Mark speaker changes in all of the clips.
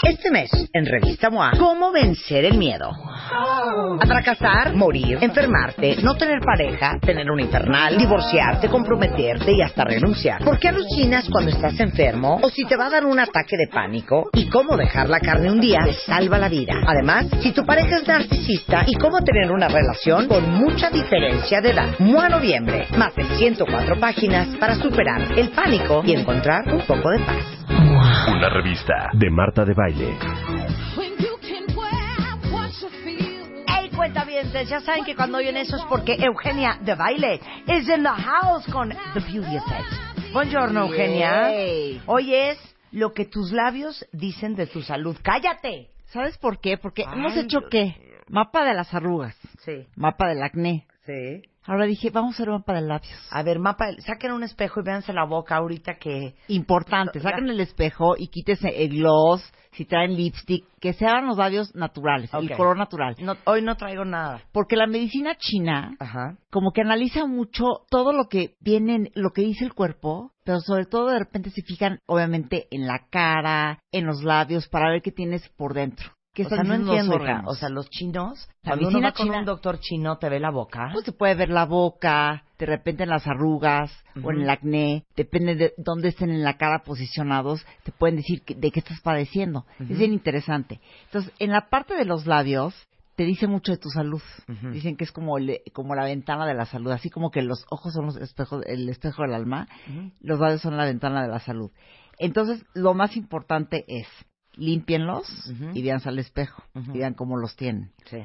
Speaker 1: Este mes, en Revista MOA, ¿cómo vencer el miedo? A fracasar, morir, enfermarte, no tener pareja, tener un infernal, divorciarte, comprometerte y hasta renunciar. ¿Por qué alucinas cuando estás enfermo o si te va a dar un ataque de pánico? ¿Y cómo dejar la carne un día te salva la vida? Además, si tu pareja es narcisista y cómo tener una relación con mucha diferencia de edad. MOA Noviembre, más de 104 páginas para superar el pánico y encontrar un poco de paz.
Speaker 2: Una revista de Marta de Baile.
Speaker 1: Hey, cuentavientes, ya saben que cuando oyen eso es porque Eugenia de Baile is in the house con The Beauty Effect. Buongiorno, Eugenia.
Speaker 3: Yay.
Speaker 1: Hoy es lo que tus labios dicen de tu salud. ¡Cállate!
Speaker 3: ¿Sabes por qué? Porque
Speaker 1: Ay,
Speaker 3: hemos hecho
Speaker 1: Dios
Speaker 3: qué? Mapa de las arrugas,
Speaker 1: Sí,
Speaker 3: mapa del acné.
Speaker 1: sí.
Speaker 3: Ahora dije, vamos a hacer mapa de labios.
Speaker 1: A ver, mapa, saquen un espejo y véanse la boca ahorita que...
Speaker 3: Importante, saquen el espejo y quítese el gloss, si traen lipstick, que sean los labios naturales,
Speaker 1: Ok.
Speaker 3: el color natural.
Speaker 1: No, hoy no traigo nada.
Speaker 3: Porque la medicina china
Speaker 1: Ajá.
Speaker 3: como que analiza mucho todo lo que viene, en- lo que dice el cuerpo, pero sobre todo de repente se fijan obviamente en la cara, en los labios, para ver qué tienes por dentro. ¿Qué
Speaker 1: o sea,
Speaker 3: están
Speaker 1: no
Speaker 3: diciendo los
Speaker 1: entiendo, hija.
Speaker 3: órganos?
Speaker 1: O sea, los chinos,
Speaker 3: La
Speaker 1: cuando uno
Speaker 3: medicina
Speaker 1: va con
Speaker 3: china-
Speaker 1: un doctor chino, te ve la boca.
Speaker 3: Pues se puede ver la boca, de repente en las arrugas o en
Speaker 1: Ujú.
Speaker 3: el acné, depende de dónde estén en la cara posicionados, te pueden decir que- de qué estás padeciendo.
Speaker 1: Ujú.
Speaker 3: Es bien interesante. Entonces, en la parte de los labios, te dice mucho de tu salud.
Speaker 1: Ujú.
Speaker 3: Dicen que es como, el- como la ventana de la salud, así como que los ojos son los espejos, el espejo del alma,
Speaker 1: Ujú.
Speaker 3: los labios son la ventana de la salud. Entonces, lo más importante es, límpienlos
Speaker 1: Ujú.
Speaker 3: y vean al espejo
Speaker 1: Ujú.
Speaker 3: y vean cómo los tienen.
Speaker 1: Sí.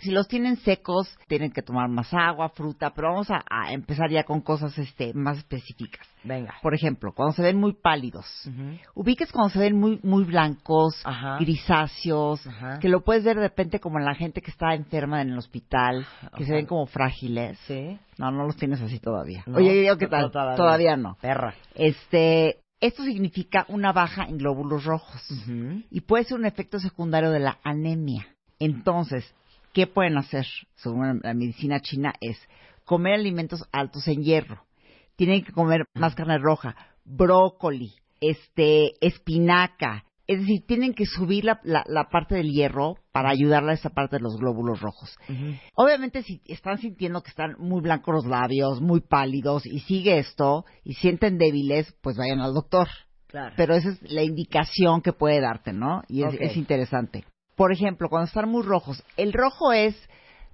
Speaker 3: Si los tienen secos, tienen que tomar más agua, fruta, pero vamos a, a empezar ya con cosas este, más específicas.
Speaker 1: Venga.
Speaker 3: Por ejemplo, cuando se ven muy pálidos.
Speaker 1: Ujú.
Speaker 3: Ubiques cuando se ven muy, muy blancos,
Speaker 1: Ajá.
Speaker 3: grisáceos,
Speaker 1: Ajá.
Speaker 3: que lo puedes ver de repente como en la gente que está enferma en el hospital, que se
Speaker 1: Ajá.
Speaker 3: ven como frágiles.
Speaker 1: Sí.
Speaker 3: No, no los tienes así todavía.
Speaker 1: No,
Speaker 3: Oye, yo, ¿qué
Speaker 1: no,
Speaker 3: tal?
Speaker 1: no, todavía.
Speaker 3: no.
Speaker 1: Perra.
Speaker 3: Este, esto significa una baja en glóbulos rojos
Speaker 1: Ujú.
Speaker 3: y puede ser un efecto secundario de la anemia. Entonces, ¿qué pueden hacer? Según la medicina china es comer alimentos altos en hierro. Tienen que comer más carne roja, brócoli, este, espinaca. Es decir, tienen que subir la, la- la parte del hierro para ayudarla a esa parte de los glóbulos rojos.
Speaker 1: Ujú.
Speaker 3: Obviamente, si están sintiendo que están muy blancos los labios, muy pálidos, y sigue esto, y sienten débiles, pues vayan al doctor
Speaker 1: Claro.
Speaker 3: pero esa es la indicación que puede darte, ¿no? Y es,
Speaker 1: Ok.
Speaker 3: es interesante. Por ejemplo, cuando están muy rojos, el rojo es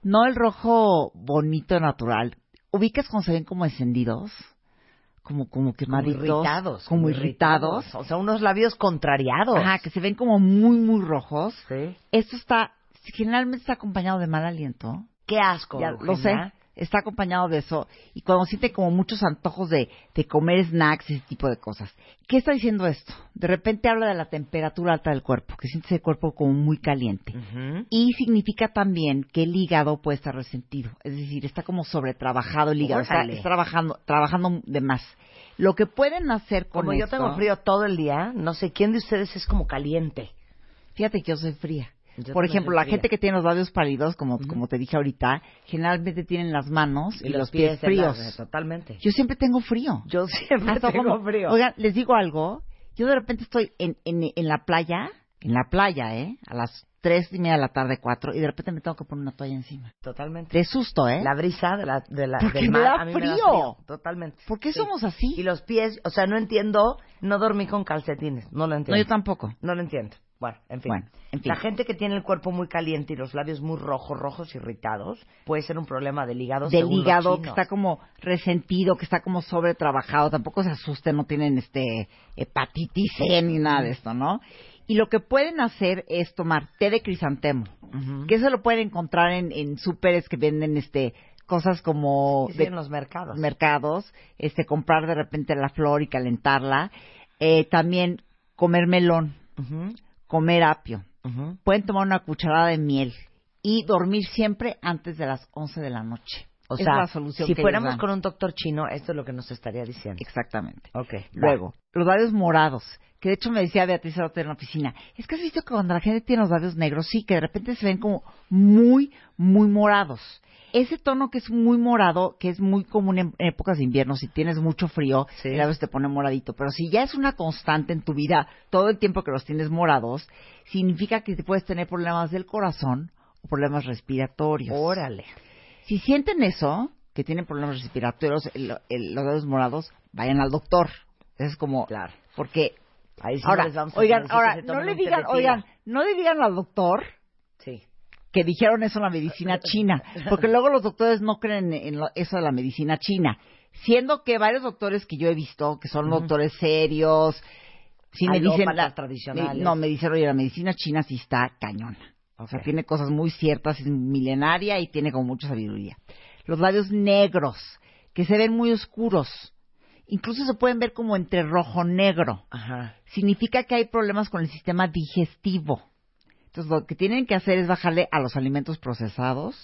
Speaker 3: no el rojo bonito natural. Ubicas cuando se ven como encendidos, como como quemaditos,
Speaker 1: como irritados.
Speaker 3: como irritados.
Speaker 1: O sea, unos labios contrariados.
Speaker 3: Ajá, que se ven como muy muy rojos.
Speaker 1: Sí.
Speaker 3: Esto está generalmente está acompañado de mal aliento.
Speaker 1: Qué asco.
Speaker 3: Ya, lo sé.
Speaker 1: Eugenia.
Speaker 3: Está acompañado de eso. Y cuando siente como muchos antojos de, de comer snacks y ese tipo de cosas. ¿Qué está diciendo esto? De repente habla de la temperatura alta del cuerpo, que sientes el cuerpo como muy caliente.
Speaker 1: Ujú.
Speaker 3: Y significa también que el hígado puede estar resentido. Es decir, está como sobretrabajado el hígado. Está,
Speaker 1: Órale.
Speaker 3: está trabajando, trabajando de más. Lo que pueden hacer con
Speaker 1: Como yo
Speaker 3: esto-
Speaker 1: tengo frío todo el día, no sé quién de ustedes es como caliente.
Speaker 3: Fíjate que yo soy fría.
Speaker 1: Yo
Speaker 3: Por
Speaker 1: también
Speaker 3: ejemplo,
Speaker 1: soy
Speaker 3: la
Speaker 1: fría.
Speaker 3: gente que tiene los labios pálidos, como,
Speaker 1: Ujú.
Speaker 3: como te dije ahorita, generalmente tienen las manos y, los, pies, fríos.
Speaker 1: helados, totalmente.
Speaker 3: Yo Ah, siempre tengo frío.
Speaker 1: Yo siempre
Speaker 3: Hasta
Speaker 1: tengo
Speaker 3: como-
Speaker 1: frío.
Speaker 3: Oigan, les digo algo. Yo de repente estoy en, en, en la playa, en la playa, ¿eh? A las tres y media de la tarde, cuatro, y de repente me tengo que poner una toalla encima.
Speaker 1: totalmente.
Speaker 3: De susto, ¿eh?
Speaker 1: La brisa de la, de la,
Speaker 3: Porque
Speaker 1: del
Speaker 3: me
Speaker 1: mar
Speaker 3: da
Speaker 1: a mí
Speaker 3: frío.
Speaker 1: Totalmente.
Speaker 3: ¿Por qué
Speaker 1: Sí.
Speaker 3: somos así?
Speaker 1: Y los pies, o sea, no entiendo, no dormí con calcetines, no lo
Speaker 3: No,
Speaker 1: entiendo.
Speaker 3: yo tampoco.
Speaker 1: No lo entiendo. Bueno, en fin.
Speaker 3: Bueno, en fin.
Speaker 1: La gente que tiene el cuerpo muy caliente y los labios muy rojos, rojos irritados, puede ser un problema del hígado.
Speaker 3: Del
Speaker 1: según los
Speaker 3: hígado que
Speaker 1: chinos.
Speaker 3: está como resentido, que está como sobretrabajado. Tampoco se asusten, no tienen este hepatitis C ni nada de esto, ¿no? Y lo que pueden hacer es tomar té de crisantemo.
Speaker 1: Ujú.
Speaker 3: Que eso lo pueden encontrar en, en súperes que venden este cosas como
Speaker 1: Sí, sí,
Speaker 3: de-
Speaker 1: en los mercados.
Speaker 3: mercados, este comprar de repente la flor y calentarla, Eh, también comer melón,
Speaker 1: Ujú,
Speaker 3: comer apio,
Speaker 1: ujú.
Speaker 3: pueden tomar una cucharada de miel y dormir siempre antes de las 11 de la noche.
Speaker 1: O
Speaker 3: Es
Speaker 1: sea,
Speaker 3: la solución
Speaker 1: si
Speaker 3: que
Speaker 1: fuéramos
Speaker 3: ellos dan.
Speaker 1: con un doctor chino, esto es lo que nos estaría diciendo.
Speaker 3: Exactamente.
Speaker 1: Ok. va.
Speaker 3: Luego, los labios morados. Que de hecho me decía Beatriz Arata en la oficina, es que has visto que cuando la gente tiene los labios negros, sí, que de repente se ven como muy, muy morados. Ese tono que es muy morado, que es muy común en, en épocas de invierno, si tienes mucho frío,
Speaker 1: Sí.
Speaker 3: el labio se te pone moradito. Pero si ya es una constante en tu vida, todo el tiempo que los tienes morados, significa que te puedes tener problemas del corazón o problemas respiratorios.
Speaker 1: Órale.
Speaker 3: Si sienten eso, que tienen problemas respiratorios, el- el- los dedos morados, vayan al doctor. Eso es como...
Speaker 1: Claro.
Speaker 3: Porque...
Speaker 1: Ahí sí
Speaker 3: ahora,
Speaker 1: no les vamos a
Speaker 3: oigan,
Speaker 1: decir
Speaker 3: ahora,
Speaker 1: que se
Speaker 3: no
Speaker 1: tomen
Speaker 3: le
Speaker 1: un
Speaker 3: digan,
Speaker 1: teletila.
Speaker 3: oigan, no le digan al doctor
Speaker 1: Sí.
Speaker 3: que dijeron eso en la medicina china, porque luego los doctores no creen en lo- eso de la medicina china, siendo que varios doctores que yo he visto, que son
Speaker 1: Ujú.
Speaker 3: doctores serios, sí me dicen,
Speaker 1: Alópatas
Speaker 3: la-
Speaker 1: tradicionales.
Speaker 3: no, me dijeron, oye, la medicina china sí está cañona. O sea,
Speaker 1: Ok.
Speaker 3: tiene cosas muy ciertas, es milenaria y tiene como mucha sabiduría. Los labios negros, que se ven muy oscuros. Incluso se pueden ver como entre rojo-negro.
Speaker 1: Ajá.
Speaker 3: Significa que hay problemas con el sistema digestivo. Entonces, lo que tienen que hacer es bajarle a los alimentos procesados,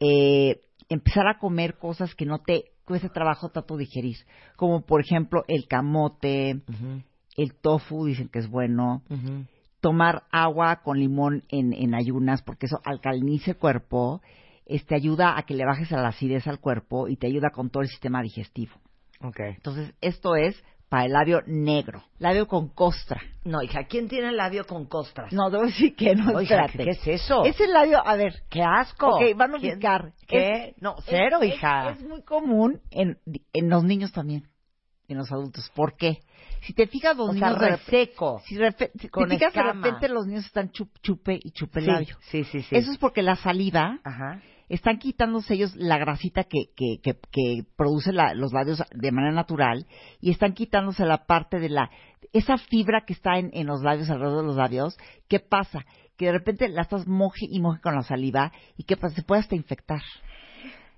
Speaker 3: eh, empezar a comer cosas que no te cuesta trabajo tanto digerir. Como, por ejemplo, el camote,
Speaker 1: Ujú,
Speaker 3: el tofu, dicen que es bueno
Speaker 1: ujú.
Speaker 3: tomar agua con limón en, en ayunas, porque eso alcaliniza el cuerpo, este ayuda a que le bajes a la acidez al cuerpo y te ayuda con todo el sistema digestivo.
Speaker 1: Ok.
Speaker 3: Entonces, esto es para el labio negro, labio con costra.
Speaker 1: No, hija, ¿quién tiene el labio con costras?
Speaker 3: No, debo decir que no,
Speaker 1: Oiga,
Speaker 3: espérate.
Speaker 1: ¿qué es eso?
Speaker 3: Es el labio, a ver,
Speaker 1: ¡Qué asco!
Speaker 3: ok, van a
Speaker 1: ¿Quién-
Speaker 3: ubicar.
Speaker 1: ¿Qué?
Speaker 3: Es-
Speaker 1: no,
Speaker 3: es-
Speaker 1: cero,
Speaker 3: es-
Speaker 1: hija.
Speaker 3: Es, muy común en, en los niños también, en los adultos. ¿Por qué? Si te fijas, los
Speaker 1: o sea,
Speaker 3: niños de repente-
Speaker 1: reseco.
Speaker 3: Si, refe- si
Speaker 1: Con
Speaker 3: te fijas, de
Speaker 1: escama.
Speaker 3: repente los niños están chup, chupe y chupe el
Speaker 1: Sí,
Speaker 3: labio.
Speaker 1: Sí, sí, sí.
Speaker 3: Eso es porque la saliva
Speaker 1: Ajá.
Speaker 3: están quitándose ellos la grasita que, que, que, que produce la- los labios de manera natural y están quitándose la parte de la esa fibra que está en, en los labios alrededor de los labios. ¿Qué pasa? Que de repente la estás moje y moje con la saliva y qué pasa se puede hasta infectar.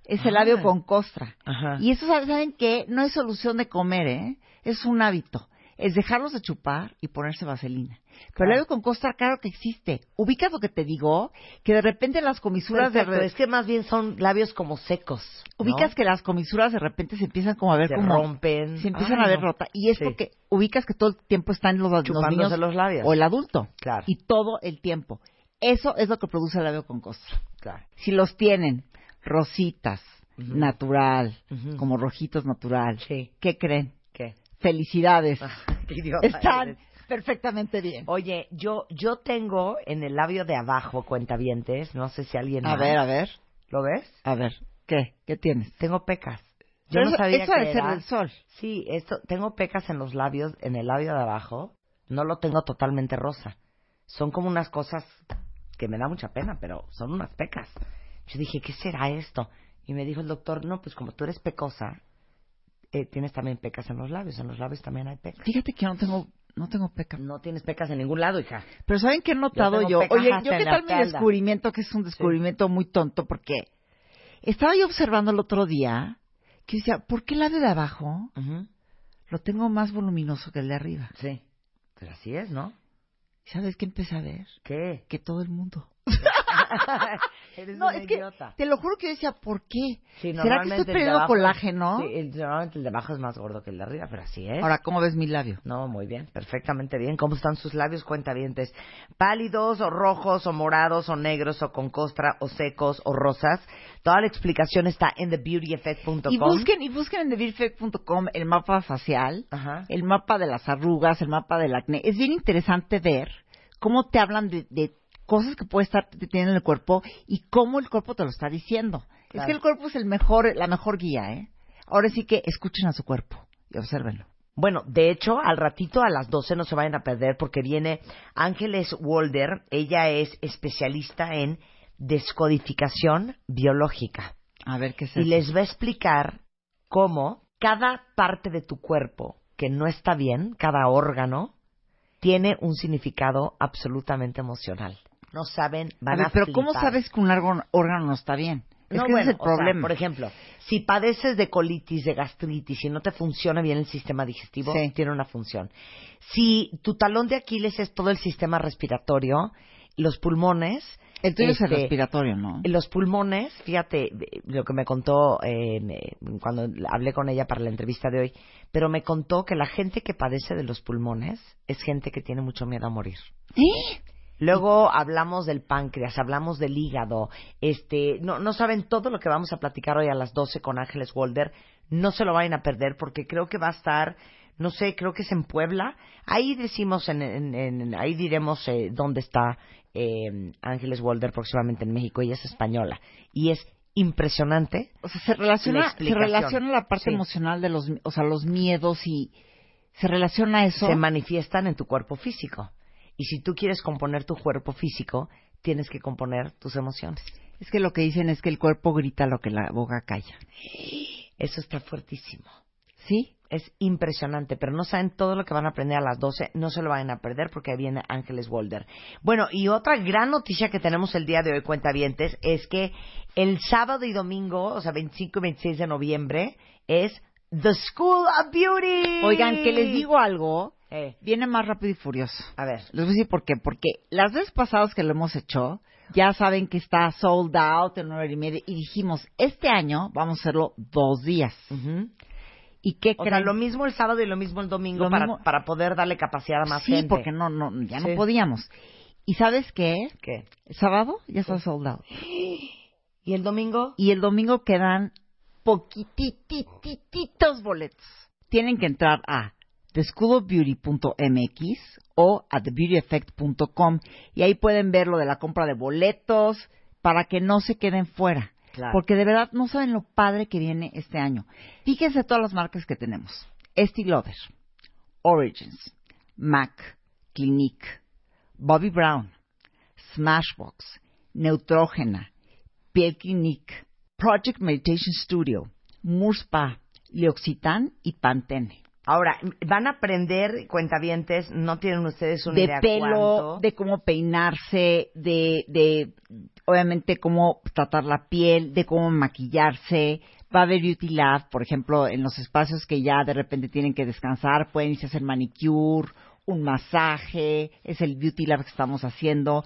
Speaker 3: Es el
Speaker 1: Ah.
Speaker 3: labio con costra.
Speaker 1: Ajá.
Speaker 3: Y eso, ¿saben- ¿saben qué? No es solución de comer, ¿eh? Es un hábito. Es dejarlos de chupar y ponerse vaselina. Pero
Speaker 1: Claro.
Speaker 3: el labio con costra, claro que existe. Ubicas lo que te digo, que de repente las comisuras de...
Speaker 1: Perfecto,
Speaker 3: re-
Speaker 1: es que más bien son labios como secos. ¿no?
Speaker 3: Ubicas que las comisuras de repente se empiezan como a ver
Speaker 1: se
Speaker 3: como...
Speaker 1: rompen.
Speaker 3: Se empiezan
Speaker 1: Ay,
Speaker 3: a ver
Speaker 1: no.
Speaker 3: rota. Y es
Speaker 1: Sí.
Speaker 3: porque ubicas que todo el tiempo están los, los
Speaker 1: Chupándose
Speaker 3: niños
Speaker 1: los labios.
Speaker 3: o el adulto.
Speaker 1: Claro.
Speaker 3: Y todo el tiempo. Eso es lo que produce el labio con costra.
Speaker 1: Claro.
Speaker 3: Si los tienen rositas,
Speaker 1: Ujú.
Speaker 3: natural,
Speaker 1: Ujú.
Speaker 3: como rojitos natural,
Speaker 1: Sí.
Speaker 3: ¿qué creen?
Speaker 1: ¿Qué?
Speaker 3: Felicidades.
Speaker 1: Qué idiota
Speaker 3: Están
Speaker 1: eres.
Speaker 3: perfectamente bien.
Speaker 1: Oye, yo yo tengo en el labio de abajo cuentavientes, no sé si alguien
Speaker 3: A
Speaker 1: más.
Speaker 3: ver, a ver,
Speaker 1: ¿Lo ves?
Speaker 3: a ver. ¿Qué? ¿Qué tienes?
Speaker 1: Tengo pecas. Yo
Speaker 3: Pero
Speaker 1: no
Speaker 3: eso-
Speaker 1: sabía que
Speaker 3: eso ha de ser
Speaker 1: era-
Speaker 3: del sol.
Speaker 1: Sí, esto tengo pecas en los labios, en el labio de abajo. No lo tengo totalmente rosa. Son como unas cosas que me da mucha pena, pero son unas pecas. Yo dije, ¿qué será esto? Y me dijo el doctor, no, pues como tú eres pecosa, eh, tienes también pecas en los labios. En los labios también hay pecas.
Speaker 3: Fíjate que yo no tengo, no tengo peca.
Speaker 1: No tienes pecas en ningún lado, hija.
Speaker 3: Pero ¿saben qué he notado
Speaker 1: tengo
Speaker 3: yo?
Speaker 1: pecas
Speaker 3: Oye,
Speaker 1: hasta
Speaker 3: yo qué
Speaker 1: en la
Speaker 3: tal mi
Speaker 1: espalda.
Speaker 3: descubrimiento, que es un descubrimiento muy tonto, porque estaba yo observando el otro día que decía, ¿por qué el labio de abajo lo tengo más voluminoso que el de arriba?
Speaker 1: Sí. Pero así es, ¿no?
Speaker 3: ¿Sabes qué empecé a ver?
Speaker 1: ¿Qué?
Speaker 3: Que todo el mundo.
Speaker 1: Eres
Speaker 3: No,
Speaker 1: una
Speaker 3: es que
Speaker 1: idiota.
Speaker 3: te lo juro que yo decía, ¿por qué?
Speaker 1: Sí,
Speaker 3: ¿Será que
Speaker 1: normalmente el
Speaker 3: estoy
Speaker 1: de
Speaker 3: perdiendo
Speaker 1: abajo-
Speaker 3: colágeno?
Speaker 1: Sí, el- normalmente el de abajo es más gordo que el de arriba, pero así es.
Speaker 3: Ahora, ¿cómo ves mi labio?
Speaker 1: No, muy bien, perfectamente bien. ¿Cómo están sus labios cuentavientes? Pálidos o rojos o morados o negros o con costra o secos o rosas. Toda la explicación está en thebeautyeffect.com.
Speaker 3: Y busquen, y busquen en TheBeautyFact.com el mapa facial,
Speaker 1: Ajá.
Speaker 3: el mapa de las arrugas, el mapa del acné. Es bien interesante ver cómo te hablan de, de cosas que puede estar teniendo en el cuerpo y cómo el cuerpo te lo está diciendo. Es
Speaker 1: Claro.
Speaker 3: que el cuerpo es el mejor, la mejor guía, ¿eh? Ahora sí que escuchen a su cuerpo y observenlo.
Speaker 1: Bueno, de hecho, al ratito a las 12 no se vayan a perder porque viene Ángeles Walder. Ella es especialista en descodificación biológica.
Speaker 3: A ver qué es
Speaker 1: y les va a explicar cómo cada parte de tu cuerpo que no está bien, cada órgano, tiene un significado absolutamente emocional. No saben,
Speaker 3: A
Speaker 1: van a,
Speaker 3: ver, pero ¿cómo
Speaker 1: flipar.
Speaker 3: sabes que un órgano órgano no está bien? Es
Speaker 1: No,
Speaker 3: que ese
Speaker 1: bueno,
Speaker 3: es el
Speaker 1: o sea,
Speaker 3: problema.
Speaker 1: por ejemplo, si padeces de colitis, de gastritis, y no te funciona bien el sistema digestivo,
Speaker 3: Sí.
Speaker 1: tiene una función. Si tu talón de Aquiles es todo el sistema respiratorio, los pulmones,
Speaker 3: El tuyo es el
Speaker 1: Este,
Speaker 3: respiratorio, ¿no?
Speaker 1: Los pulmones, fíjate de- lo que me contó eh, me- cuando hablé con ella para la entrevista de hoy, pero me contó que la gente que padece de los pulmones es gente que tiene mucho miedo a morir. Luego hablamos del páncreas, hablamos del hígado. Este, no, no saben todo lo que vamos a platicar hoy a las 12 con Ángeles Wolder. No se lo vayan a perder porque creo que va a estar, no sé, creo que es en Puebla. Ahí decimos, en, en- en- ahí diremos eh, dónde está eh, Ángeles Wolder próximamente en México. Ella es española y es impresionante.
Speaker 3: O sea, se relaciona, se
Speaker 1: explicación.
Speaker 3: relaciona la parte
Speaker 1: Sí.
Speaker 3: emocional de los, o sea, los miedos y se relaciona eso.
Speaker 1: Se manifiestan en tu cuerpo físico. Y si tú quieres componer tu cuerpo físico, tienes que componer tus emociones.
Speaker 3: es que lo que dicen es que el cuerpo grita lo que la boca calla.
Speaker 1: Eso está fuertísimo.
Speaker 3: ¿Sí?
Speaker 1: Es impresionante, pero no saben todo lo que van a aprender a las 12. No se lo vayan a perder porque ahí viene Ángeles Wolder. Bueno, y otra gran noticia que tenemos el día de hoy, cuentavientes, es que el sábado y domingo, o sea, 25 y 26 de noviembre, es The School of Beauty.
Speaker 3: Oigan, que les digo algo,
Speaker 1: Eh,
Speaker 3: viene más rápido y furioso.
Speaker 1: a ver.
Speaker 3: Les voy a decir por qué. Porque las veces pasadas que lo hemos hecho, ya saben que está sold out en hora y media. Y dijimos, este año vamos a hacerlo dos días.
Speaker 1: Ujú.
Speaker 3: ¿Y qué
Speaker 1: O
Speaker 3: creen?
Speaker 1: sea, lo mismo el sábado y lo mismo el domingo
Speaker 3: Lo
Speaker 1: para,
Speaker 3: mismo-
Speaker 1: para poder darle capacidad a más
Speaker 3: sí,
Speaker 1: gente.
Speaker 3: porque no, no, ya
Speaker 1: Sí.
Speaker 3: no podíamos. ¿Y sabes qué?
Speaker 1: ¿Qué?
Speaker 3: El sábado ya está sold out.
Speaker 1: ¿Y el domingo?
Speaker 3: Y el domingo quedan poquititititos boletos. Tienen que entrar a theschoolofbeauty.mx o a thebeautyeffect.com y ahí pueden ver lo de la compra de boletos para que no se queden fuera.
Speaker 1: Claro.
Speaker 3: Porque de verdad no saben lo padre que viene este año. Fíjense todas las marcas que tenemos. Estee Lauder, Origins, MAC, Clinique, Bobby Brown, Smashbox, Neutrógena, Piel Clinique, Project Meditation Studio, Murspa, Leoxitán y Pantene.
Speaker 1: Ahora, van a aprender, cuentavientes, no tienen ustedes una
Speaker 3: de
Speaker 1: idea
Speaker 3: pelo,
Speaker 1: cuánto.
Speaker 3: de cómo peinarse, de, de obviamente cómo tratar la piel, de cómo maquillarse. Va a haber Beauty Lab, por ejemplo, en los espacios que ya de repente tienen que descansar, pueden irse a hacer manicure, un masaje, es el Beauty Lab que estamos haciendo.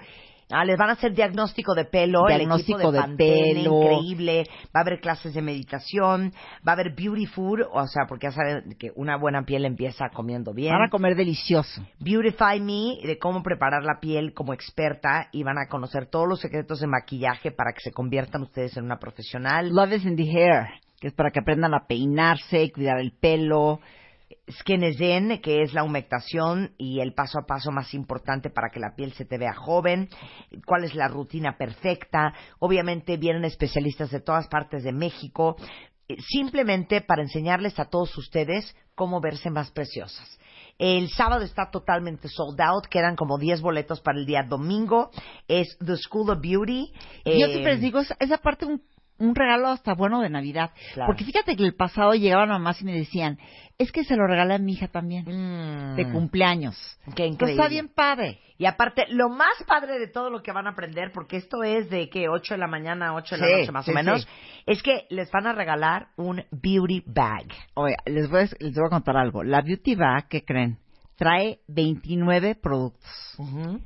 Speaker 1: Ah, les van a hacer diagnóstico de pelo,
Speaker 3: Diagnóstico
Speaker 1: el equipo de,
Speaker 3: de
Speaker 1: Pantene,
Speaker 3: pelo.
Speaker 1: increíble, va a haber clases de meditación, va a haber beauty food, o sea, porque ya saben que una buena piel empieza comiendo bien.
Speaker 3: Van a comer delicioso.
Speaker 1: Beautify Me, de cómo preparar la piel como experta y van a conocer todos los secretos de maquillaje para que se conviertan ustedes en una profesional.
Speaker 3: Love is in the hair, que es para que aprendan a peinarse, cuidar el pelo.
Speaker 1: Skin is In, que es la humectación y el paso a paso más importante para que la piel se te vea joven, cuál es la rutina perfecta. Obviamente vienen especialistas de todas partes de México, eh, simplemente para enseñarles a todos ustedes cómo verse más preciosas. El sábado está totalmente sold out, quedan como 10 boletos para el día domingo. Es The School of Beauty.
Speaker 3: Yo
Speaker 1: eh,
Speaker 3: siempre les digo, esa, esa parte un, un regalo hasta bueno de Navidad.
Speaker 1: Claro.
Speaker 3: Porque fíjate que el pasado llegaban mamás y me decían, es que se lo regalé a mi hija también,
Speaker 1: mm,
Speaker 3: de cumpleaños.
Speaker 1: qué
Speaker 3: Entonces,
Speaker 1: increíble.
Speaker 3: está bien padre.
Speaker 1: Y aparte, lo más padre de todo lo que van a aprender, porque esto es de que 8 de la mañana a 8 de la
Speaker 3: Sí,
Speaker 1: noche más o
Speaker 3: sí,
Speaker 1: menos,
Speaker 3: sí.
Speaker 1: es que les van a regalar un beauty bag.
Speaker 3: Oye, les voy, a, les voy a contar algo. La Beauty Bag, ¿qué creen? Trae 29 productos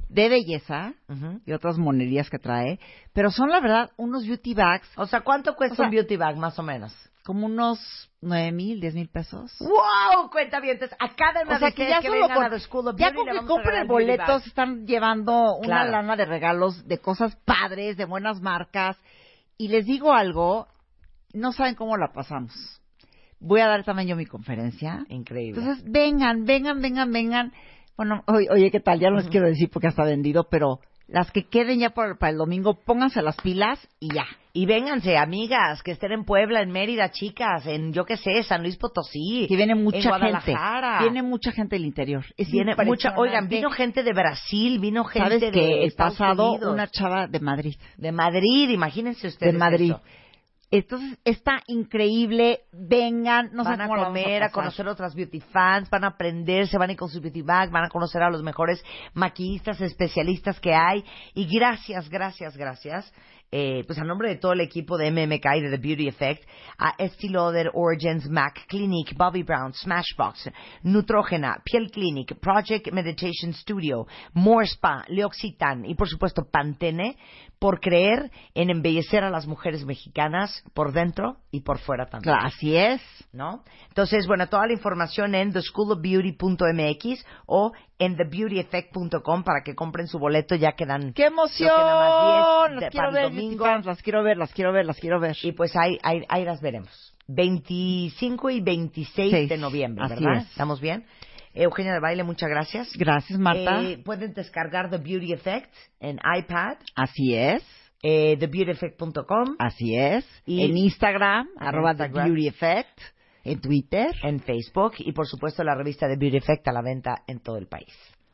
Speaker 3: de belleza
Speaker 1: Ujú.
Speaker 3: y otras monerías que trae, pero son la verdad unos beauty bags
Speaker 1: O sea, ¿cuánto cuesta
Speaker 3: O sea,
Speaker 1: un beauty bag más o menos?
Speaker 3: como unos 9 mil, 10 mil pesos.
Speaker 1: ¡Wow! Cuenta dientes. A cada una
Speaker 3: O sea
Speaker 1: de
Speaker 3: que
Speaker 1: ustedes
Speaker 3: ya
Speaker 1: que
Speaker 3: solo
Speaker 1: vengan a
Speaker 3: con,
Speaker 1: The School of
Speaker 3: ya
Speaker 1: Beauty
Speaker 3: con
Speaker 1: le
Speaker 3: que
Speaker 1: vamos a regalar
Speaker 3: compren
Speaker 1: un beauty
Speaker 3: boletos
Speaker 1: bag.
Speaker 3: están llevando una
Speaker 1: Claro.
Speaker 3: lana de regalos de cosas padres, de buenas marcas. Y les digo algo, no saben cómo la pasamos. Voy a dar también yo mi conferencia.
Speaker 1: Increíble.
Speaker 3: Entonces, vengan, vengan, vengan, vengan. Bueno, oye, oye, ¿qué tal? Ya no les quiero decir porque ya está vendido, pero las que queden ya para, para el domingo, pónganse las pilas y ya.
Speaker 1: y vénganse, amigas, que estén en Puebla, en Mérida, chicas, en yo qué sé, San Luis Potosí.
Speaker 3: Que viene mucha
Speaker 1: en
Speaker 3: gente.
Speaker 1: Guadalajara.
Speaker 3: Viene mucha gente del interior. Es
Speaker 1: Viene mucha.
Speaker 3: impresionante.
Speaker 1: Oigan, vino gente de Brasil, vino gente
Speaker 3: ¿Sabes
Speaker 1: de
Speaker 3: que el
Speaker 1: Estados
Speaker 3: pasado
Speaker 1: Unidos.
Speaker 3: una chava de Madrid,
Speaker 1: De Madrid, imagínense ustedes.
Speaker 3: de Madrid.
Speaker 1: eso.
Speaker 3: Entonces está increíble, vengan, no
Speaker 1: van
Speaker 3: saben
Speaker 1: a
Speaker 3: cómo la vamos
Speaker 1: comer, a,
Speaker 3: pasar.
Speaker 1: conocer otras beauty fans, van a aprender, se van a ir con su beauty bag, van a conocer a los mejores maquillistas, especialistas que hay. Y gracias, gracias, gracias eh, pues a nombre de todo el equipo de MMK y de The Beauty Effect, a Estee Lauder, Origins, MAC, Clinique, Bobby Brown, Smashbox, Nutrógena, Piel Clinic, Project Meditation Studio, More Spa, Leoxitan y por supuesto Pantene, por creer en embellecer a las mujeres mexicanas por dentro y por fuera también.
Speaker 3: Claro, así es.
Speaker 1: ¿no? Entonces, bueno, toda la información en theschoolofbeauty.mx o en thebeautyeffect.com para que compren su boleto, ya quedan
Speaker 3: ¡Qué
Speaker 1: Yo queda más
Speaker 3: emoción!
Speaker 1: diez
Speaker 3: Las
Speaker 1: de-
Speaker 3: quiero
Speaker 1: para
Speaker 3: ver,
Speaker 1: el domingo.
Speaker 3: Fans, las quiero ver, las quiero ver, las quiero ver.
Speaker 1: y pues ahí, ahí, ahí las veremos. 25 y 26
Speaker 3: Seis.
Speaker 1: de noviembre,
Speaker 3: Así
Speaker 1: ¿verdad?
Speaker 3: es.
Speaker 1: ¿Estamos bien? Eugenia de Baile, muchas gracias.
Speaker 3: Gracias, Marta.
Speaker 1: Eh, pueden descargar The Beauty Effect en iPad,
Speaker 3: así es,
Speaker 1: eh, thebeautyeffect.com,
Speaker 3: así es.
Speaker 1: Y-
Speaker 3: en Instagram, Ah, arroba The
Speaker 1: Instagram.
Speaker 3: Beauty Effect. En Twitter.
Speaker 1: en Facebook y por supuesto la revista The Beauty Effect a la venta en todo el país.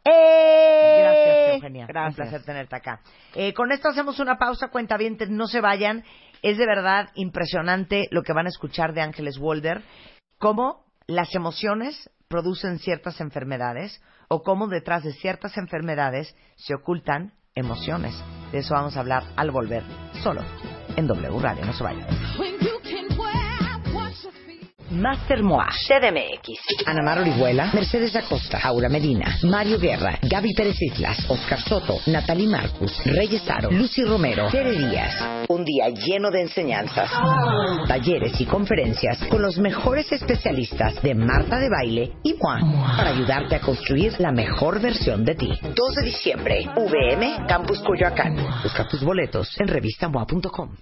Speaker 1: Gracias,
Speaker 3: Gracias,
Speaker 1: Eugenia. Un
Speaker 3: ¡Eh! Gracias.
Speaker 1: placer tenerte acá. Eh, con esto hacemos una pausa, cuenta bien, no se vayan. Es de verdad impresionante lo que van a escuchar de Ángeles Walder, cómo las emociones producen ciertas enfermedades o cómo detrás de ciertas enfermedades se ocultan emociones. De eso vamos a hablar al volver, solo en W Radio. No se vayan.
Speaker 4: when you can wear what you feel.
Speaker 5: Master Moa, CDMX, Ana Mar Orihuela, Mercedes Acosta, Aura Medina, Mario Guerra, Gaby Pérez Islas, Oscar Soto, Natalie Marcus, Reyes Aro, Lucy Romero, Tere Díaz. Un día lleno de enseñanzas, talleres y conferencias con los mejores especialistas de Marta de Baile y Moa para ayudarte a construir la mejor versión de ti. 2 de diciembre, VM, Campus Coyoacán. Busca tus boletos en revistamoa.com.